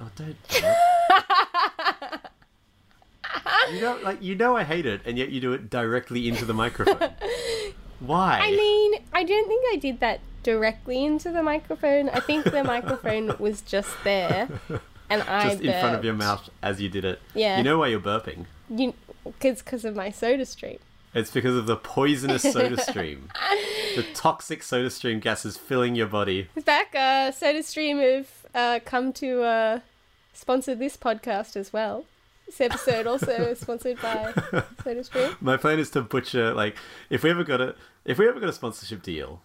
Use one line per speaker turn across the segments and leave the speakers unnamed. Oh, don't. do it. you know, like you know, I hate it, and yet you do it directly into the microphone. Why?
I mean, I don't think I did that directly into the microphone. I think the microphone was just there, and I
just in front of your
burped.
mouth as you did it.
Yeah.
You know why you're burping?
You, it's because of my Soda Street.
It's because of the poisonous soda stream. the toxic soda stream gas is filling your body.
Back, uh, Soda Stream have uh, come to uh, sponsor this podcast as well. This episode also is sponsored by Soda Stream.
My plan is to butcher like if we ever got a if we ever got a sponsorship deal.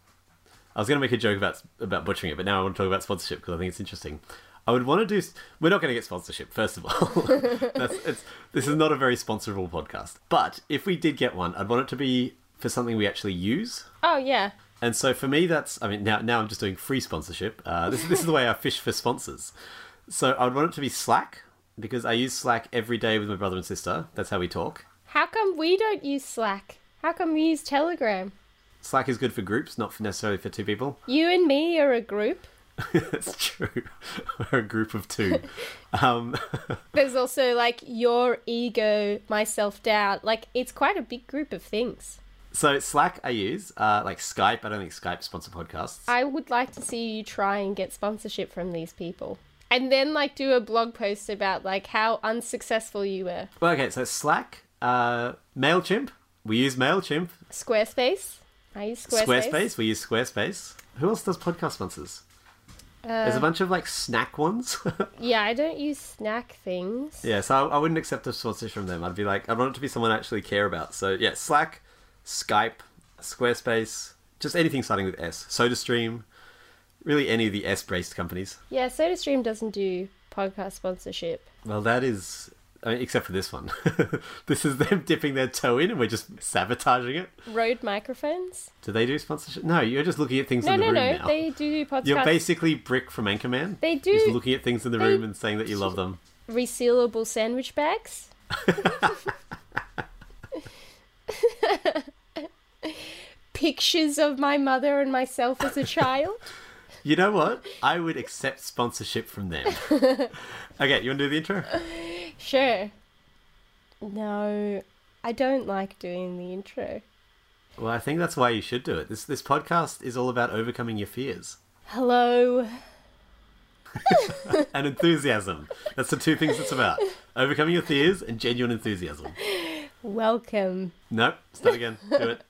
I was going to make a joke about about butchering it, but now I want to talk about sponsorship because I think it's interesting. I would want to do. s- We're not going to get sponsorship, first of all. That's, it's, this is not a very sponsorable podcast. But if we did get one, I'd want it to be for something we actually use.
Oh yeah,
And so for me, that's I mean now now I'm just doing free sponsorship. Uh, this this is the way I fish for sponsors. So I would want it to be Slack because I use Slack every day with my brother and sister. That's how we talk.
how come we don't use Slack? How come we use Telegram?
Slack is good for groups, not for necessarily for two people.
You and me are a group.
That's true. We're a group of two. Um,
There's also like your ego, my self doubt. Like it's quite a big group of things.
so Slack I use uh, like Skype. I don't think Skype sponsor podcasts.
I would like to see you try and get sponsorship from these people. And then like do a blog post about like how unsuccessful you were.
Well, okay, so Slack, uh, Mailchimp. We use Mailchimp.
Squarespace. I use Squarespace.
Squarespace. We use Squarespace. Who else does podcast sponsors? There's a bunch of like snack ones.
Yeah, I don't use snack things.
Yeah, so I, I wouldn't accept a sponsorship from them. I'd be like, I want it to be someone I actually care about. So yeah, Slack, Skype, Squarespace, just anything starting with S. SodaStream, really any of the S-based companies.
Yeah, SodaStream doesn't do podcast sponsorship.
Well, that is, I mean, except for this one. this is them dipping their toe in, and we're just sabotaging it.
Rode microphones?
Do they do sponsorship? No, you're just looking at things
No,
in the
no,
room
no.
now.
They do do podcast
You're basically Brick from Anchorman.
They
Just
do-
looking at things in the
they-
room and saying that you love them.
resealable sandwich bags. Pictures of my mother and myself as a child.
You know what? I would accept sponsorship from them. okay, you want to do the intro?
Sure. No, I don't like doing the intro.
Well, I think that's why you should do it. This this podcast is all about overcoming your fears
Hello.
and enthusiasm. That's the two things it's about: overcoming your fears and genuine enthusiasm.
Welcome.
Nope, start again. Do it.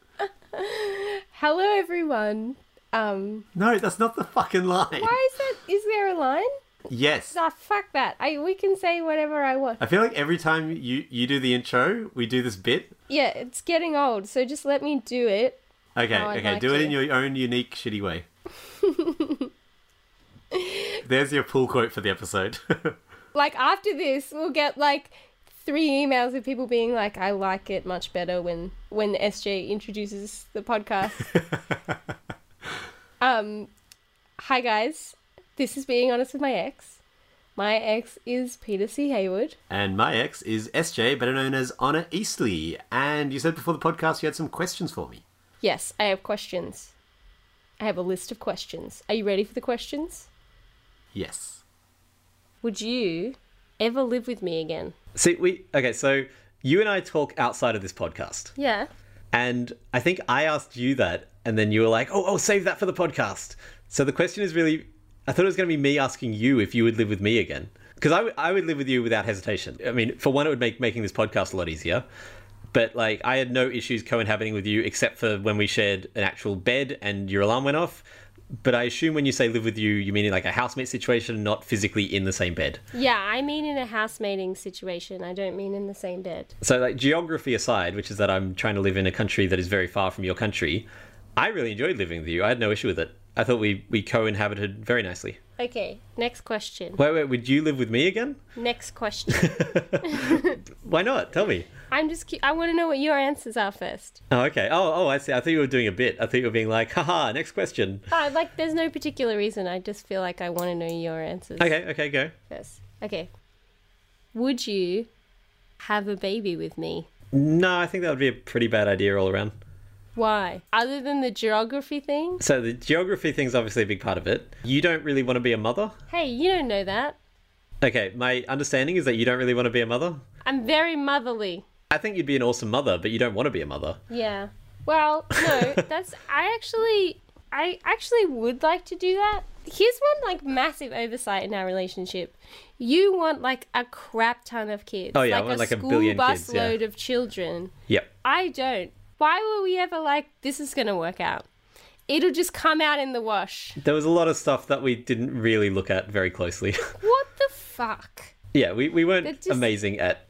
Hello, everyone. Um,
No, that's not the fucking line.
why is that? Is there a line?
Yes,
Ah, fuck that. I we can say whatever I want.
I feel like every time you you do the intro, we do this bit.
Yeah, it's getting old, so just let me do it.
Okay,
Oh, I'd
okay,
like
do it
to.
in your own unique shitty way. There's your pull quote for the episode.
like after this we'll get like three emails of people being like i like it much better when when sj introduces the podcast um hi guys this is being honest with my ex my ex is peter c haywood
and my ex is SJ, better known as Honor Eastley. And you said before the podcast you had some questions for me.
yes i have questions i have a list of questions are you ready for the questions
Yes.
would you ever live with me again
See, we okay. So you and I talk outside of this podcast,
yeah
and I think I asked you that, and then you were like, "Oh, oh, save that for the podcast." So the question is really, I thought it was going to be me asking you if you would live with me again, because I would- I would live with you without hesitation. I mean, for one, it would make making this podcast a lot easier. But like, I had no issues cohabiting with you except for when we shared an actual bed and your alarm went off. But I assume when you say live with you, you mean in like a housemate situation, not physically in the same bed.
yeah i mean in a housemating situation i don't mean in the same bed
So, like geography aside, which is that I'm trying to live in a country that is very far from your country, I really enjoyed living with you. I had no issue with it. I thought we we co-inhabited very nicely.
okay next question
Wait, wait, would you live with me again?
Next question.
Why not? Tell me.
I'm just. Cu- I want to know what your answers are first.
Oh, okay. Oh, oh, I see. I thought you were doing a bit. I thought you were being like, haha, next question.
Uh, like, there's no particular reason. I just feel like I want to know your answers
Okay, okay, go.
first. Okay. Would you have a baby with me?
No, I think that would be a pretty bad idea all around.
Why? Other than the geography thing?
So the geography thing's obviously a big part of it. You don't really want to be a mother?
Hey, you don't know that.
Okay, my understanding is that you don't really want to be a mother.
I'm very motherly.
I think you'd be an awesome mother, but you don't want to be a mother.
Yeah. Well, no, that's I actually I actually would like to do that. Here's one like massive oversight in our relationship. You want like a crap ton of kids.
Oh, yeah, I want, like, a
school
billion
bus
kids, yeah.
load of children.
Yep.
I don't. Why were we ever like this is gonna work out? It'll just come out in the wash.
There was a lot of stuff that we didn't really look at very closely.
What the fuck?
Yeah, we, we weren't
That just-
amazing at.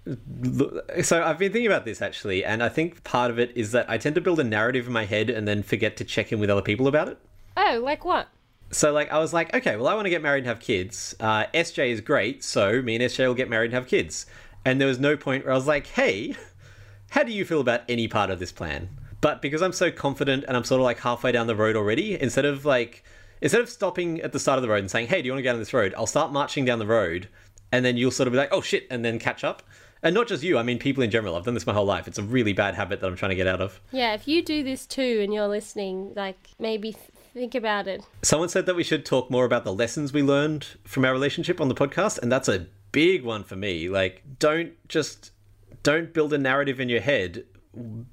So I've been thinking about this actually, and I think part of it is that I tend to build a narrative in my head and then forget to check in with other people about it.
Oh, like what?
So like I was like, okay, well I want to get married and have kids. Uh, SJ is great, so me and SJ will get married and have kids. And there was no point where I was like, hey, how do you feel about any part of this plan? But because I'm so confident and I'm sort of like halfway down the road already, instead of like instead of stopping at the start of the road and saying, hey, do you want to go down this road? I'll start marching down the road, and then you'll sort of be like, oh shit, and then catch up. And not just you, I mean people in general. I've done this my whole life. It's a really bad habit that I'm trying to get out of.
Yeah, if you do this too and you're listening, like maybe th- think about it.
Someone said that we should talk more about the lessons we learned from our relationship on the podcast, and that's a big one for me. Like, don't just don't build a narrative in your head.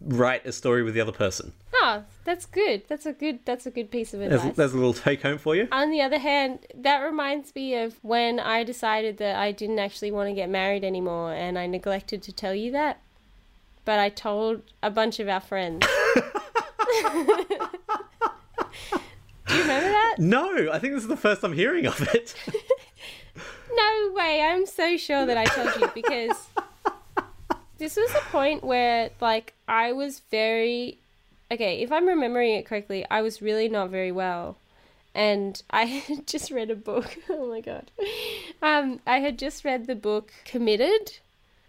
Write a story with the other person.
Oh, that's good. That's a good. That's a good piece of
There's,
advice.
there's a little take home for you.
On the other hand, that reminds me of when I decided that I didn't actually want to get married anymore, and I neglected to tell you that. But I told a bunch of our friends. Do you remember that?
No, I think this is the first I'm hearing of it.
No way. I'm so sure that I told you because this was a point where, like, I was very. Okay, if I'm remembering it correctly, I was really not very well. And I had just read a book. Oh my god. Um, I had just read the book Committed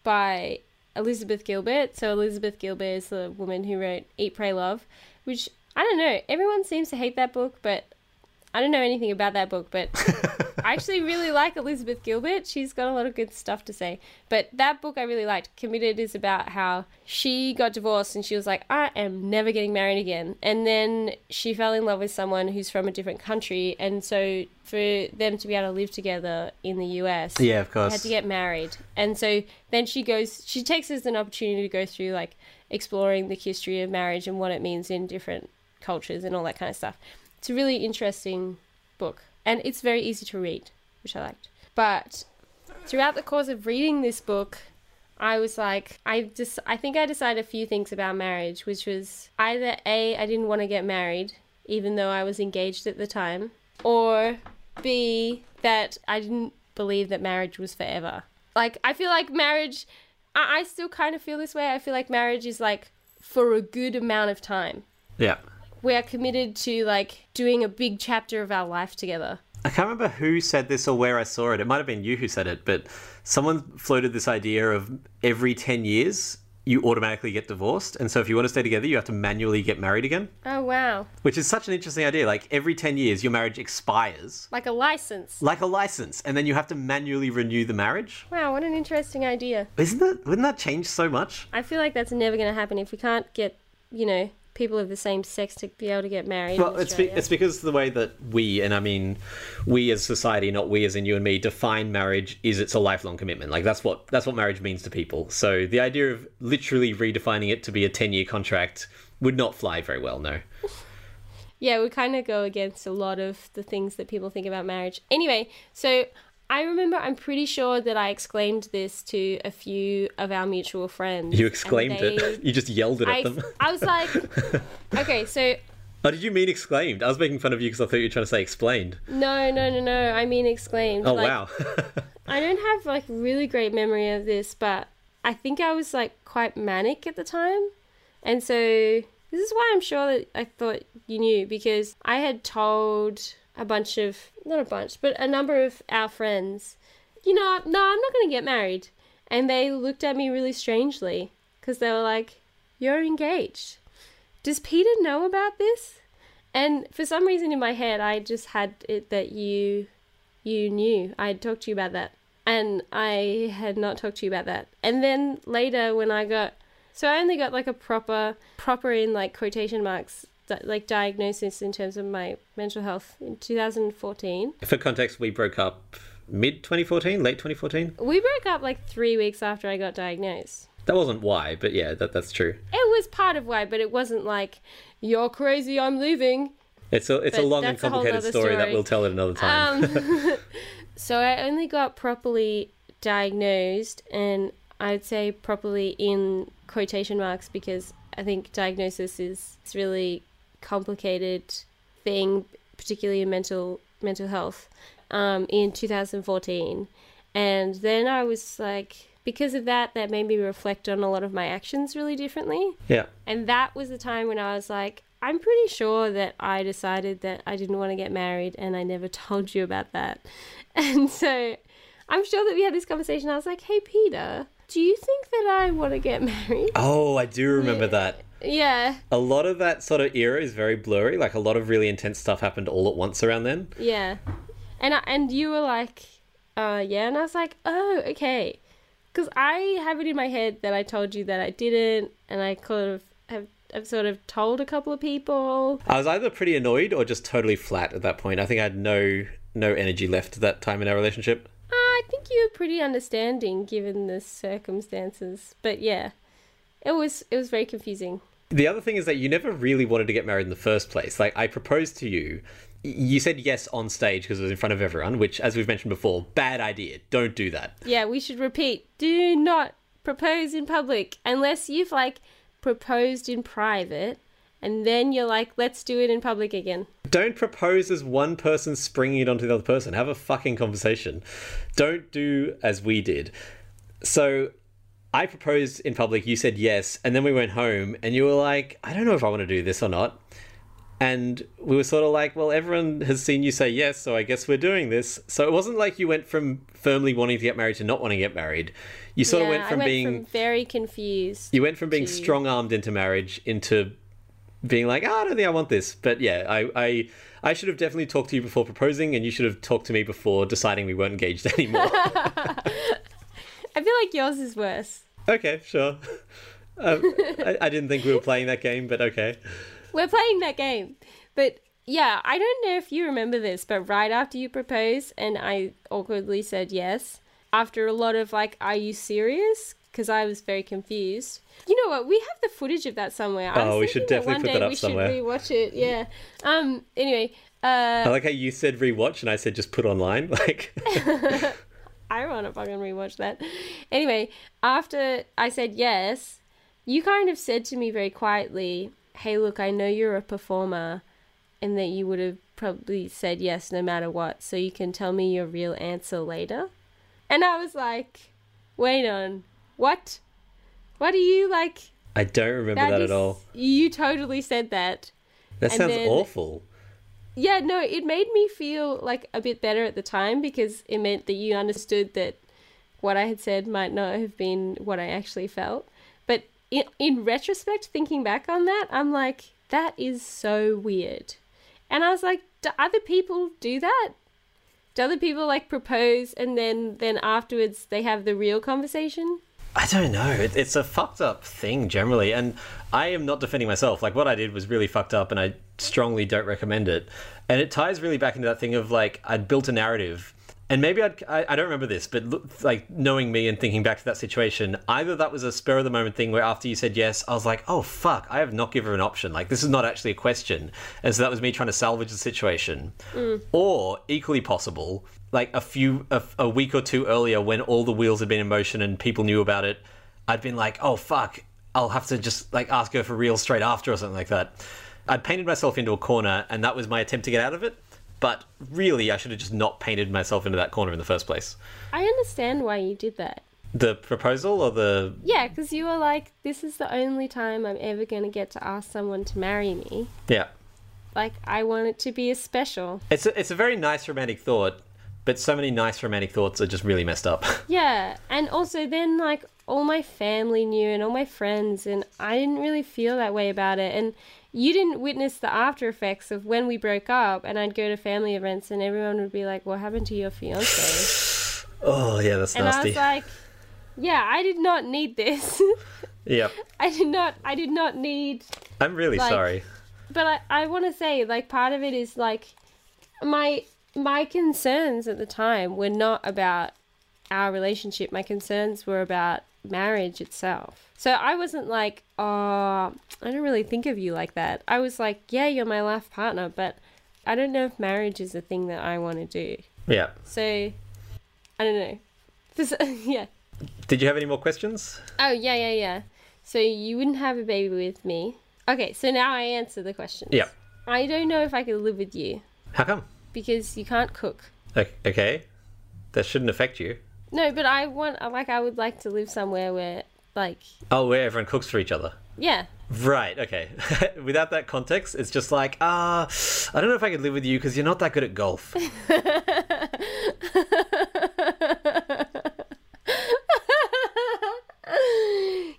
by Elizabeth Gilbert. So, Elizabeth Gilbert is the woman who wrote Eat, Pray, Love, which I don't know. Everyone seems to hate that book, but I don't know anything about that book, but I actually really like Elizabeth Gilbert. She's got a lot of good stuff to say. But that book I really liked, Committed, is about how she got divorced and she was like, I am never getting married again. And then she fell in love with someone who's from a different country. And so for them to be able to live together in the US,
Yeah, of
had
course.
to get married. And so then she goes, she takes this as an opportunity to go through like exploring the history of marriage and what it means in different cultures and all that kind of stuff. It's a really interesting book and it's very easy to read, which I liked. But throughout the course of reading this book, I was like, I just, I think I decided a few things about marriage, which was either A, I didn't want to get married, even though I was engaged at the time, or B, that I didn't believe that marriage was forever. Like, I feel like marriage, I, I still kind of feel this way. I feel like marriage is like for a good amount of time.
Yeah.
We are committed to like doing a big chapter of our life together.
I can't remember who said this or where I saw it. It might have been you who said it, but someone floated this idea of every 10 years, you automatically get divorced. And so if you want to stay together, you have to manually get married again.
Oh, wow.
Which is such an interesting idea. Like every 10 years, your marriage expires,
Like a license.
like a license, and then you have to manually renew the marriage.
Wow, what an interesting idea.
Isn't that, wouldn't that change so much?
I feel like that's never going to happen if we can't get, you know, people of the same sex to be able to get married.
Well,
in
it's, be,
Australia.
it's because the way that we, and I mean we as society, not we as in you and me, define marriage is it's a lifelong commitment. Like that's what that's what marriage means to people. So the idea of literally redefining it to be a 10 year contract would not fly very well, no.
yeah, we kind of go against a lot of the things that people think about marriage. Anyway, so I remember I'm pretty sure that I exclaimed this to a few of our mutual friends.
You
and
exclaimed
they-
it. You just yelled it at
I,
them.
I was like, okay, so
Oh, did you mean exclaimed? I was making fun of you because I thought you were trying to say explained.
no, no, no, no. I mean, exclaimed.
Oh,
like,
wow.
I don't have like really great memory of this, but I think I was like quite manic at the time. And so this is why I'm sure that I thought you knew because I had told a bunch of not a bunch, but a number of our friends, you know, no, I'm not going to get married. And they looked at me really strangely because they were like, "You're engaged. Does Peter know about this?" And for some reason in my head, I just had it that you you knew. I had talked to you about that. And I had not talked to you about that. And then later when I got so I only got like a proper proper in like quotation marks di- like diagnosis in terms of my mental health in 2014.
For context, we broke up mid 2014, late 2014.
We broke up like three weeks after I got diagnosed.
That wasn't why, but yeah, that, that's true.
It was part of why, but it wasn't like, you're crazy, I'm leaving.
It's a it's a
But
long and
that's a whole
complicated
other
story, that
story.
we'll tell at another time.
Um, so I only got properly diagnosed, and I'd say properly in quotation marks because I think diagnosis is it's really complicated thing, particularly in mental mental health. Um, in 2014, and then I was like, because of that, that made me reflect on a lot of my actions really differently.
yeah.
And that was the time when I was like, I'm pretty sure that I decided that I didn't want to get married and I never told you about that. And so I'm sure that we had this conversation. I was like, hey, Peter, do you think that I want to get married?
Oh, I do remember
Yeah.
that.
Yeah,
A lot of that sort of era is very blurry. Like a lot of really intense stuff happened all at once around then.
yeah. And, I, and you were like, uh, yeah. And I was like, oh, okay. Because I have it in my head that I told you that I didn't. And I kind of have, I've sort of told a couple of people.
I was either pretty annoyed or just totally flat at that point. I think I had no no energy left at that time in our relationship.
I think you were pretty understanding given the circumstances, but yeah, it was it was very confusing.
The other thing is that you never really wanted to get married in the first place. Like I proposed to you, y- you said yes on stage because it was in front of everyone, which as we've mentioned before, bad idea. Don't do that.
Yeah, we should repeat: do not propose in public unless you've like proposed in private, and then you're like, let's do it in public again.
Don't propose as one person springing it onto the other person. Have a fucking conversation. Don't do as we did. So I proposed in public, you said yes, and then we went home and you were like, I don't know if I want to do this or not. And we were sort of like, well, everyone has seen you say yes, so I guess we're doing this. So it wasn't like you went from firmly wanting to get married to not wanting to get married. You sort
yeah,
of went from
I went
being
from very confused.
you went from being
to-
strong armed into marriage into being like, "Ah, I don't think I want this. But yeah, I, I I should have definitely talked to you before proposing, and you should have talked to me before deciding we weren't engaged anymore.
I feel like yours is worse.
okay, sure. Um, I, I didn't think we were playing that game, but okay.
We're playing that game. But yeah, I don't know if you remember this, but right after you proposed and I awkwardly said yes, after a lot of like, are you serious? Because I was very confused. You know what? We have the footage of that somewhere. I was
Oh, we should
thinking
definitely put that up somewhere.
One day we should rewatch it. Yeah. Um. Anyway, uh,
I like how you said rewatch, and I said just put online. Like,
I want to fucking rewatch that. Anyway, after I said yes, you kind of said to me very quietly, "Hey, look, I know you're a performer, and that you would have probably said yes no matter what, so you can tell me your real answer later." And I was like, "Wait on what? What are you like?"
I don't remember that,
is-
at all.
You totally said that.
That
and
sounds
then-
awful.
Yeah, no, it made me feel like a bit better at the time because it meant that you understood that what I had said might not have been what I actually felt. But in, in retrospect, thinking back on that, I'm like, that is so weird. And I was like, do other people do that? Do other people like propose and then then afterwards they have the real conversation?
I don't know. It, it's a fucked up thing generally, and I am not defending myself. Like what I did was really fucked up, and I strongly don't recommend it. And it ties really back into that thing of like I'd built a narrative, and maybe I'd, I I don't remember this, but look, like knowing me and thinking back to that situation, either that was a spur of the moment thing where after you said yes, I was like, oh fuck, I have not given her an option. Like this is not actually a question, and so that was me trying to salvage the situation. Or equally possible, like a few a, a week or two earlier when all the wheels had been in motion and people knew about it i'd been like oh fuck i'll have to just like ask her for real straight after or something like that i'd painted myself into a corner and that was my attempt to get out of it but really i should have just not painted myself into that corner in the first place
I understand why you did that.
the proposal or the
Yeah, because you were like, this is the only time I'm ever going to get to ask someone to marry me.
yeah
Like, I want it to be a special.
it's a, it's a very nice romantic thought but so many nice romantic thoughts are just really messed up
Yeah. And also, then, like, all my family knew and all my friends, and I didn't really feel that way about it. And you didn't witness the after effects of when we broke up, and I'd go to family events, and everyone would be like, What happened to your fiance?
oh yeah that's
And I
nasty
was like, Yeah, I did not need this.
yep
I did not, I did not need
i'm really
Like-
sorry
but I, I want to say like part of it is like my my concerns at the time were not about our relationship. My concerns were about marriage itself. So I wasn't like, oh, I don't really think of you like that. I was like, yeah, you're my life partner, but I don't know if marriage is the thing that I want to do.
Yeah.
So I don't know. This- yeah.
Did you have any more questions?
Oh, yeah, yeah, yeah. So you wouldn't have a baby with me. Okay, so now I answer the question.
Yeah.
I don't know if I could live with you
How come?
because you can't cook.
O- Okay. That shouldn't affect you.
No, but I want, like, I would like to live somewhere where, like,
Oh, where everyone cooks for each other.
yeah,
Right, okay. Without that context, it's just like, ah, I don't know if I could live with you because you're not that good at golf.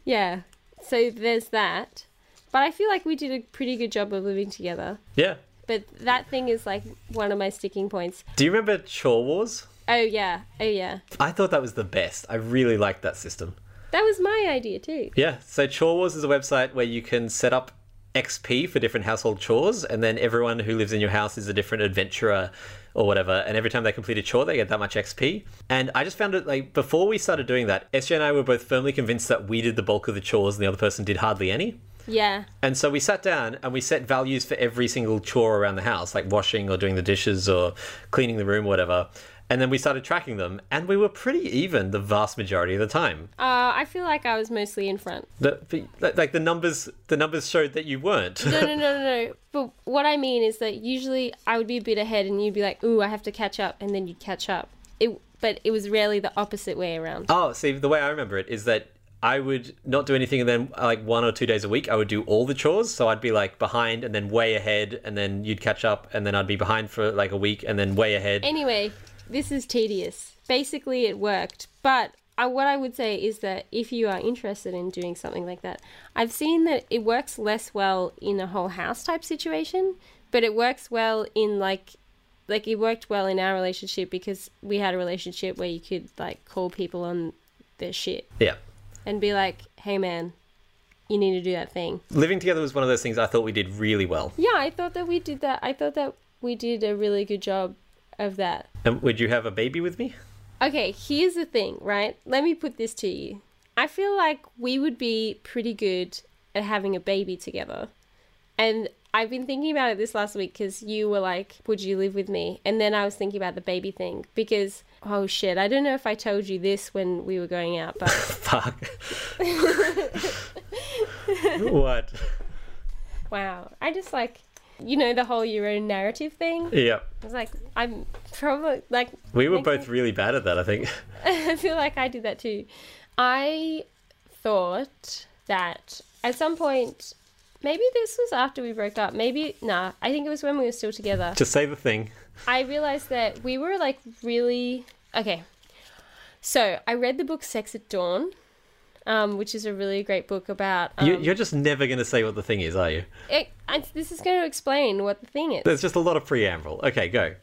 yeah. So there's that. But I feel like we did a pretty good job of living together.
yeah.
But that thing is like one of my sticking points.
Do you remember Chore Wars?
Oh, yeah. Oh, yeah.
I thought that was the best. I really liked that system.
That was my idea, too.
Yeah, so Chore Wars is a website where you can set up XP for different household chores, and then everyone who lives in your house is a different adventurer or whatever. And every time they complete a chore, they get that much XP. And I just found it like before we started doing that, SJ and I were both firmly convinced that we did the bulk of the chores and the other person did hardly any.
Yeah.
And so we sat down and we set values for every single chore around the house, like washing or doing the dishes or cleaning the room, whatever. And then we started tracking them, and we were pretty even the vast majority of the time.
Uh, I feel like I was mostly in front.
The, the, like- like the numbers, the numbers showed that you weren't.
No, no, no, no, no. But what I mean is that usually I would be a bit ahead and you'd be like, ooh, I have to catch up. And then you'd catch up. It, but it was rarely the opposite way around.
oh, see, the way I remember it is that I would not do anything, and then like one or two days a week, I would do all the chores. So I'd be like behind, and then way ahead, and then you'd catch up, and then I'd be behind for like a week, and then way ahead.
Anyway, this is tedious. Basically, it worked. But I, what I would say is that if you are interested in doing something like that, I've seen that it works less well in a whole house type situation, but it works well in like. Like it worked well in our relationship because we had a relationship where you could like call people on their shit
yeah.
and be like, "Hey man, you need to do that thing."
Living together was one of those things I thought we did really well.
Yeah, I thought that we did that. I thought that we did a really good job of that.
And would you have a baby with me?
Okay, here's the thing, right? Let me put this to you. I feel like we would be pretty good at having a baby together. And I've been thinking about it this last week because you were like, Would you live with me? And then I was thinking about the baby thing because, oh shit, I don't know if I told you this when we were going out, but
Fuck. what?
wow. I just like, you know, the whole your own narrative thing.
Yeah.
I was like, I'm probably like,
We were both really bad at that, I think.
I feel like I did that too. I thought that at some point, maybe this was after we broke up. Maybe, nah, I think it was when we were still together.
Just say the thing.
I realized that we were like really okay. So I read the book Sex at Dawn, um, which is a really great book about. Um,
You, you're just never going to say what the thing is, are you?
it, I, this is going to explain what the thing is.
There's just a lot of preamble. Okay, go.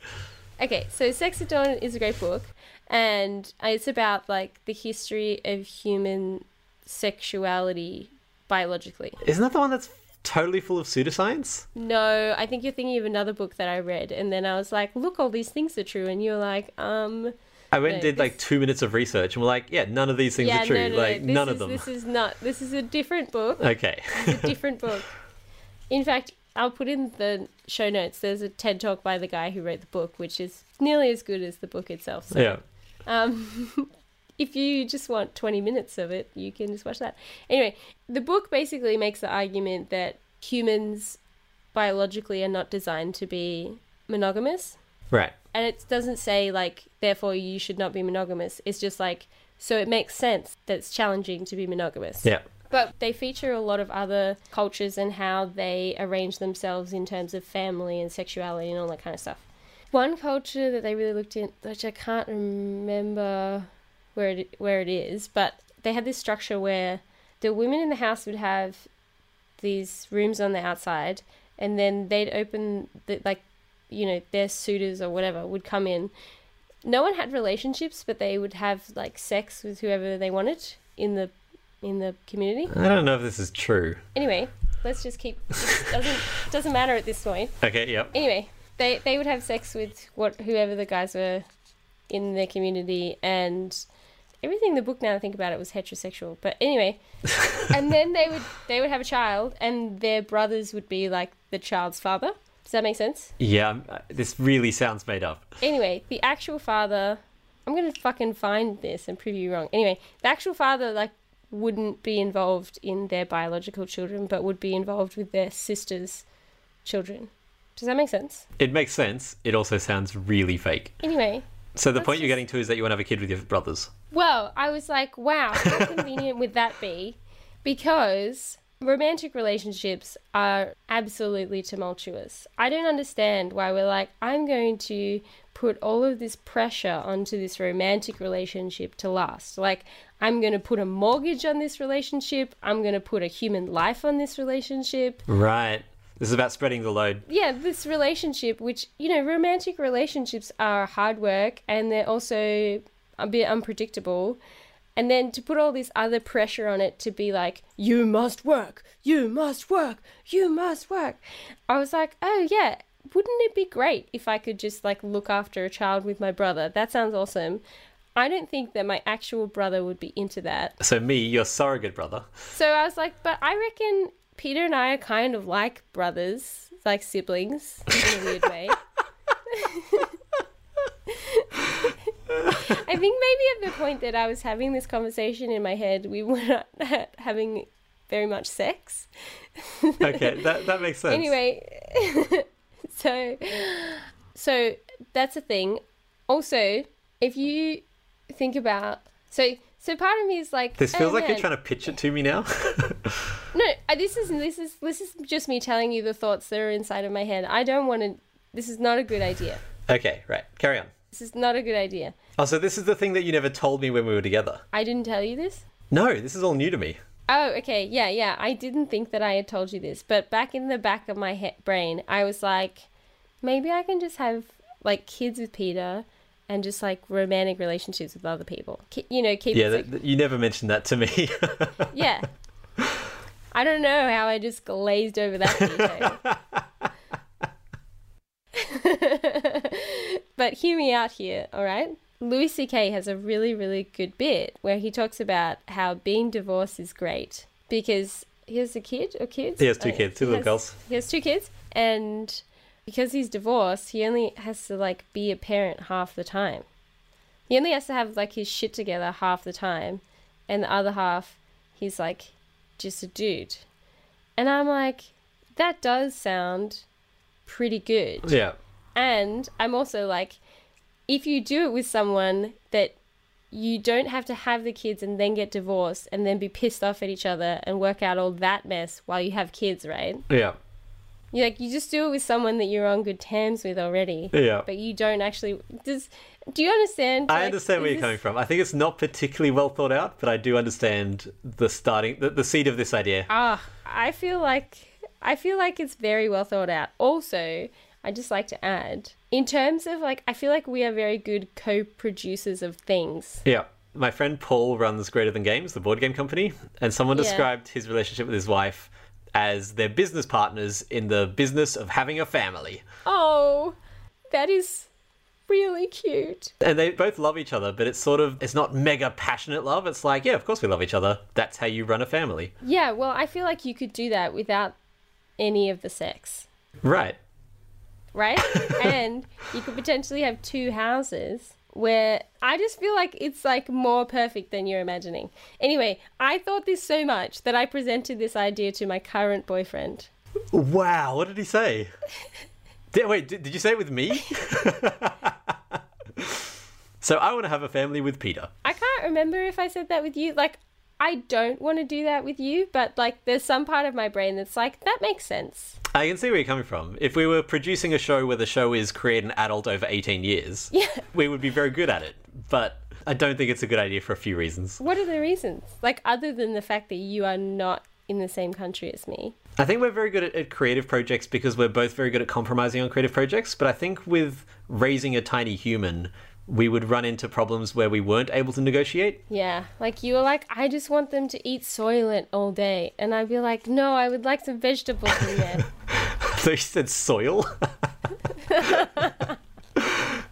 Okay, so Sex at Dawn is a great book, and it's about like the history of human sexuality biologically.
Isn't that the one that's totally full of pseudoscience?
No, I think you're thinking of another book that I read, and then I was like, "Look, all these things are true," and you're like, "Um,
I went and
No,
did like
this-
two minutes of research and we're like, yeah, none of these things
yeah,
are true.
no, no, no,
like,
this
none
is,
of them.
This is not. This is a different book.
Okay.
It's a different book. In fact, I'll put in the show notes. There's a TED talk by the guy who wrote the book, which is nearly as good as the book itself. So
yeah.
Um, if you just want 20 minutes of it, you can just watch that. Anyway, the book basically makes the argument that humans biologically are not designed to be monogamous.
Right.
And it doesn't say, like, therefore you should not be monogamous. It's just like, so it makes sense that it's challenging to be monogamous.
Yeah.
But they feature a lot of other cultures and how they arrange themselves in terms of family and sexuality and all that kind of stuff. One culture that they really looked in, which I can't remember where it, where it is, but they had this structure where the women in the house would have these rooms on the outside, and then they'd open the, like, you know, their suitors or whatever would come in. No one had relationships, but they would have like sex with whoever they wanted in the in the community.
I don't know if this is true.
Anyway, let's just keep. It doesn't doesn't matter at this point.
Okay, yep.
Anyway, they they would have sex with what whoever the guys were in their community and everything in the book now I think about it was heterosexual. But anyway, and then they would they would have a child and their brothers would be like the child's father. Does that make sense?
Yeah, I'm- uh, this really sounds made up.
Anyway, the actual father I'm going to fucking find this and prove you wrong. Anyway, the actual father like wouldn't be involved in their biological children but would be involved with their sisters' children. Does that make sense?
It makes sense. It also sounds really fake.
Anyway,
So the point you're
just-
getting to is that you want to have a kid with your brothers.
Well, I was like, wow, how convenient would that be? Because romantic relationships are absolutely tumultuous. I don't understand why we're like, I'm going to put all of this pressure onto this romantic relationship to last. Like, I'm going to put a mortgage on this relationship, I'm going to put a human life on this relationship
Right. This is about spreading the load.
yeah, this relationship, which you know, romantic relationships are hard work and they're also a bit unpredictable. And then to put all this other pressure on it to be like, you must work, you must work, you must work. I was like, oh yeah, wouldn't it be great if I could just like look after a child with my brother? That sounds awesome. I don't think that my actual brother would be into that.
So me, your surrogate brother.
So I was like, but I reckon Peter and I are kind of like brothers, like siblings in a weird way. I think maybe at the point that I was having this conversation in my head, we were not having very much sex.
Okay, that, that makes sense.
Anyway, so so that's a thing. Also, if you think about so so part of me is like
This feels
oh,
like you're
man.
trying to pitch it to me now.
No, I- this is this is this is just me telling you the thoughts that are inside of my head. I don't want to. This is not a good idea.
okay, right. Carry on.
This is not a good idea.
Oh, so this is the thing that you never told me when we were together.
I didn't tell you this.
No, this is all new to me.
Oh, okay. Yeah, yeah. I didn't think that I had told you this, but back in the back of my he- brain, I was like, maybe I can just have like kids with Peter and just like romantic relationships with other people. Ki- you know, keep
Yeah,
it-
that, that- you never mentioned that to me.
yeah. I don't know how I just glazed over that detail. but hear me out here, all right? Louis C.K. has a really, really good bit where he talks about how being divorced is great because he has a kid or kids.
He has two
two
kids, two little girls.
He has two kids, and because he's divorced, he only has to like be a parent half the time. He only has to have like his shit together half the time, and the other half, he's like just a dude. And I'm like, that does sound pretty good.
yeah.
And I'm also like, if you do it with someone that you don't have to have the kids and then get divorced and then be pissed off at each other and work out all that mess while you have kids, right?
Yeah.
You like you just do it with someone that you're on good terms with already.
Yeah.
But you don't actually does do you understand?
I understand where you're coming from. I think it's not particularly well thought out, but I do understand the starting, the, the seed of this idea.
Ah, I feel like I feel like it's very well thought out. Also, I just like to add in terms of like I feel like we are very good co-producers of things.
Yeah. My friend Paul runs Greater Than Games, the board game company, and someone
Yeah.
described his relationship with his wife as their business partners in the business of having a family.
Oh, that is really cute.
And they both love each other, but it's sort of it's not mega passionate love. It's like, yeah, of course we love each other. That's how you run a family.
Yeah, well, I feel like you could do that without any of the sex,
Right.
right? and you could potentially have two houses where I just feel like it's like more perfect than you're imagining. Anyway, I thought this so much that I presented this idea to my current boyfriend.
Wow, what did he say? Did, wait, did, did you say it with me? so I want to have a family with Peter.
I can't remember if I said that with you. Like, I don't want to do that with you, but like, there's some part of my brain that's like, that makes sense.
I can see where you're coming from. If we were producing a show where the show is create an adult over 18 years,
Yeah.
we would be very good at it. But I don't think it's a good idea for a few reasons.
What are the reasons? Like, other than the fact that you are not in the same country as me.
I think we're very good at, at creative projects because we're both very good at compromising on creative projects. But I think with raising a tiny human, we would run into problems where we weren't able to negotiate.
Yeah. Like, you were like, I just want them to eat soylent all day. And I'd be like, no, I would like some vegetables in there.
So you said soil.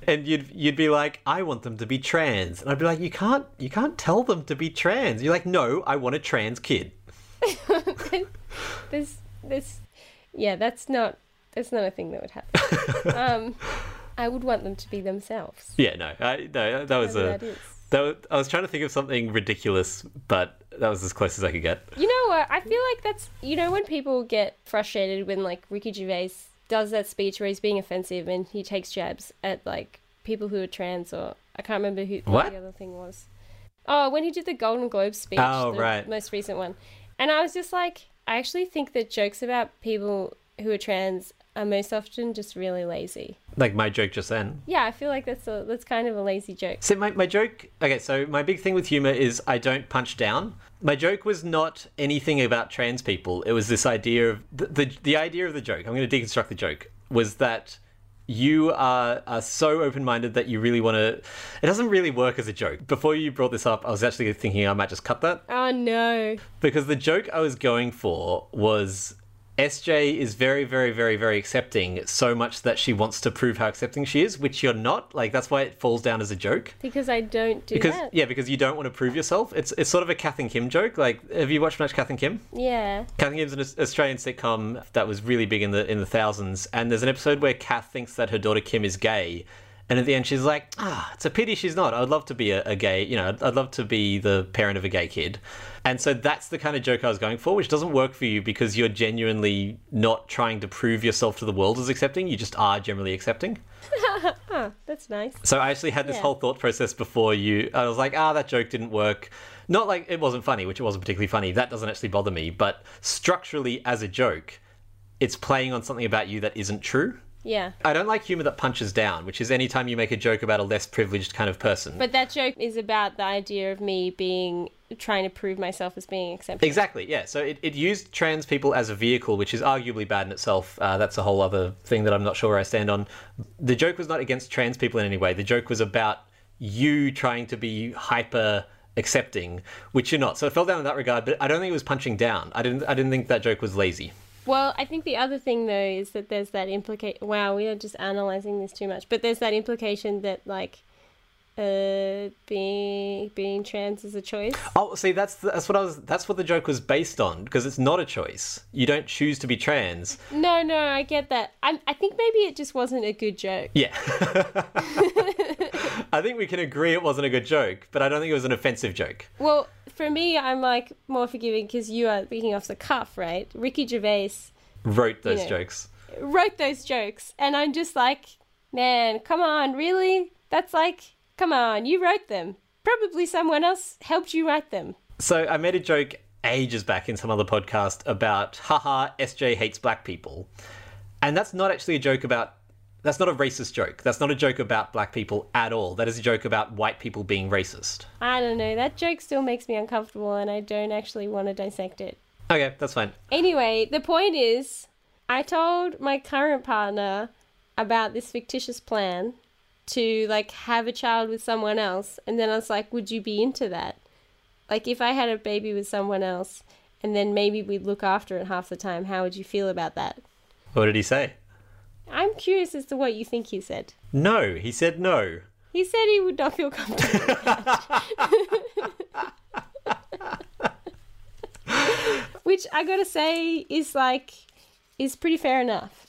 and you'd you'd be like, I want them to be trans, and I'd be like, you can't you can't tell them to be trans. You're like, no, I want a trans kid.
this this yeah that's not that's not a thing that would happen um i would want them to be themselves
Yeah, no, I, no, that was
Whatever
a.
that is.
That was, I was trying to think of something ridiculous, but that was as close as I could get.
you know what i feel like that's you know when people get frustrated when like ricky gervais does that speech where he's being offensive and he takes jabs at like people who are trans or i can't remember who
What?
the other thing was oh when he did the golden globe speech
Oh,
the
right.
most recent one and i was just like i actually think that jokes about people who are trans are most often just really lazy
Like my joke just then.
Yeah, I feel like that's a that's kind of a lazy joke.
So my, my joke okay, so my big thing with humor is I don't punch down. My joke was not anything about trans people. It was this idea of the the, the idea of the joke. I'm going to deconstruct the joke. Was that you are, are so open minded that you really want to. It doesn't really work as a joke. Before you brought this up, I was actually thinking I might just cut that
Oh no.
because the joke I was going for was SJ is very, very, very, very accepting, so much that she wants to prove how accepting she is, which you're not. Like, that's why it falls down as a joke
Because I don't do
because
that.
yeah, because you don't want to prove yourself. It's it's sort of a Kath and Kim joke. Like, have you watched much Kath and Kim?
Yeah.
Kath and Kim's an Aus- Australian sitcom that was really big in the in the thousands. And there's an episode where Kath thinks that her daughter Kim is gay, and at the end she's like, "Ah, it's a pity she's not. I'd love to be a, a gay. You know, I'd, I'd love to be the parent of a gay kid." And so that's the kind of joke I was going for, which doesn't work for you because you're genuinely not trying to prove yourself to the world as accepting. You just are generally accepting.
That's nice.
So I actually had this
Yeah.
whole thought process before you. I was like, ah, that joke didn't work. Not like it wasn't funny, which it wasn't particularly funny. That doesn't actually bother me. But structurally, as a joke, it's playing on something about you that isn't true.
Yeah.
I don't like humor that punches down, which is anytime you make a joke about a less privileged kind of person.
But that joke is about the idea of me being trying to prove myself as being accepted.
Exactly, yeah. So it, it used trans people as a vehicle, which is arguably bad in itself. Uh, that's a whole other thing that I'm not sure where I stand on. The joke was not against trans people in any way. The joke was about you trying to be hyper accepting, which you're not. So it fell down in that regard, but I don't think it was punching down. I didn't I didn't think that joke was lazy.
Well, I think the other thing though is that there's that implication. Wow, we are just analyzing this too much. But there's that implication that like uh being being trans is a choice.
Oh, see, that's that's what I was. That's what the joke was based on because it's not a choice. You don't choose to be trans.
No, no, I get that. I I think maybe it just wasn't a good joke.
Yeah. I think we can agree it wasn't a good joke, but I don't think it was an offensive joke.
Well, for me, I'm like more forgiving because you are thinking off the cuff, right? Ricky Gervais
Wrote those
Yeah.
jokes.
wrote those jokes, and I'm just like, man, come on, really? That's like, come on, you wrote them. Probably someone else helped you write them.
So I made a joke ages back in some other podcast about haha SJ hates black people. And that's not actually a joke about that's not a racist joke. That's not a joke about black people at all. That is a joke about white people being racist.
I don't know, that joke still makes me uncomfortable, and I don't actually want to dissect it.
Okay, that's fine.
Anyway, the point is, I told my current partner about this fictitious plan to like have a child with someone else, and then I was like, "Would you be into that? Like, if I had a baby with someone else, and then maybe we'd look after it half the time. How would you feel about that?"
What did he say?
I'm curious as to what you think he said.
No, he said no.
He said he would not feel comfortable. Which I gotta say is like is pretty fair enough.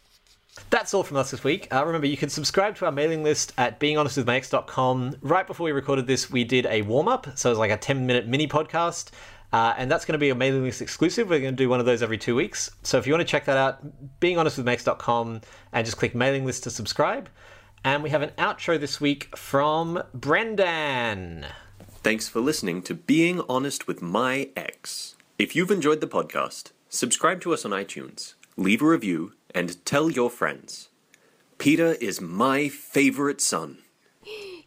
That's all from us this week. Uh, remember, you can subscribe to our mailing list at beinghonestwithmax.com. Right before we recorded this, we did a warm up, so it was like a 10 minute mini podcast. Uh, and that's going to be a mailing list exclusive. We're going to do one of those every two weeks. So if you want to check that out, beinghonestwithmax.com and just click mailing list to subscribe. And we have an outro this week from Brendan.
Thanks for listening to Being Honest with My Ex. If you've enjoyed the podcast, subscribe to us on iTunes, leave a review, and tell your friends. Peter is my favorite son.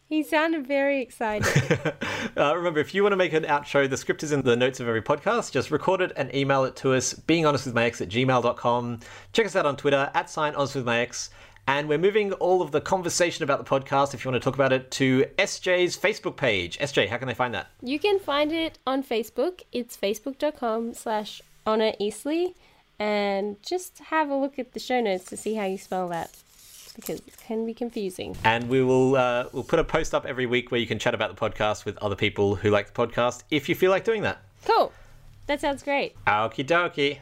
He sounded very excited.
Uh, remember, if you want to make an outro, the script is in the notes of every podcast. Just record it and email it to us, beinghonestwithmyex at gmail.com. Check us out on Twitter, at sign honestwithmyex. And we're moving all of the conversation about the podcast, if you want to talk about it, to SJ's Facebook page. SJ, how can they find that?
you can find it on Facebook. It's facebook.com slash Honor Eastley. And just have a look at the show notes to see how you spell that. because it can be confusing.
And we will uh, we'll put a post up every week where you can chat about the podcast with other people who like the podcast if you feel like doing that.
Cool. That sounds great.
Okie dokie.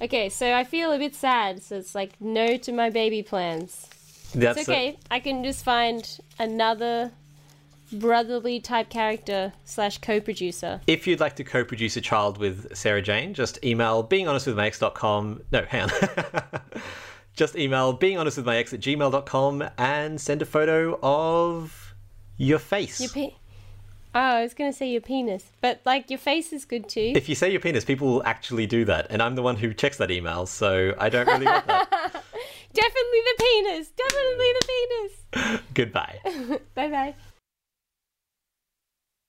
Okay, so I feel a bit sad, so it's like no to my baby plans.
That's
It's
it.
okay. I can just find another brotherly type character slash co-producer.
If you'd like to co produce a child with Sarah Jane, just email beinghonestwithmyex.com. No, hang on. just email beinghonestwithmyex at gmail.com and send a photo of your face.
Your pe- oh, I was gonna say your penis, but like your face is good too.
if you say your penis, people will actually do that. And I'm the one who checks that email, so I don't really want that.
Definitely the penis. Definitely the penis.
Goodbye.
Bye bye.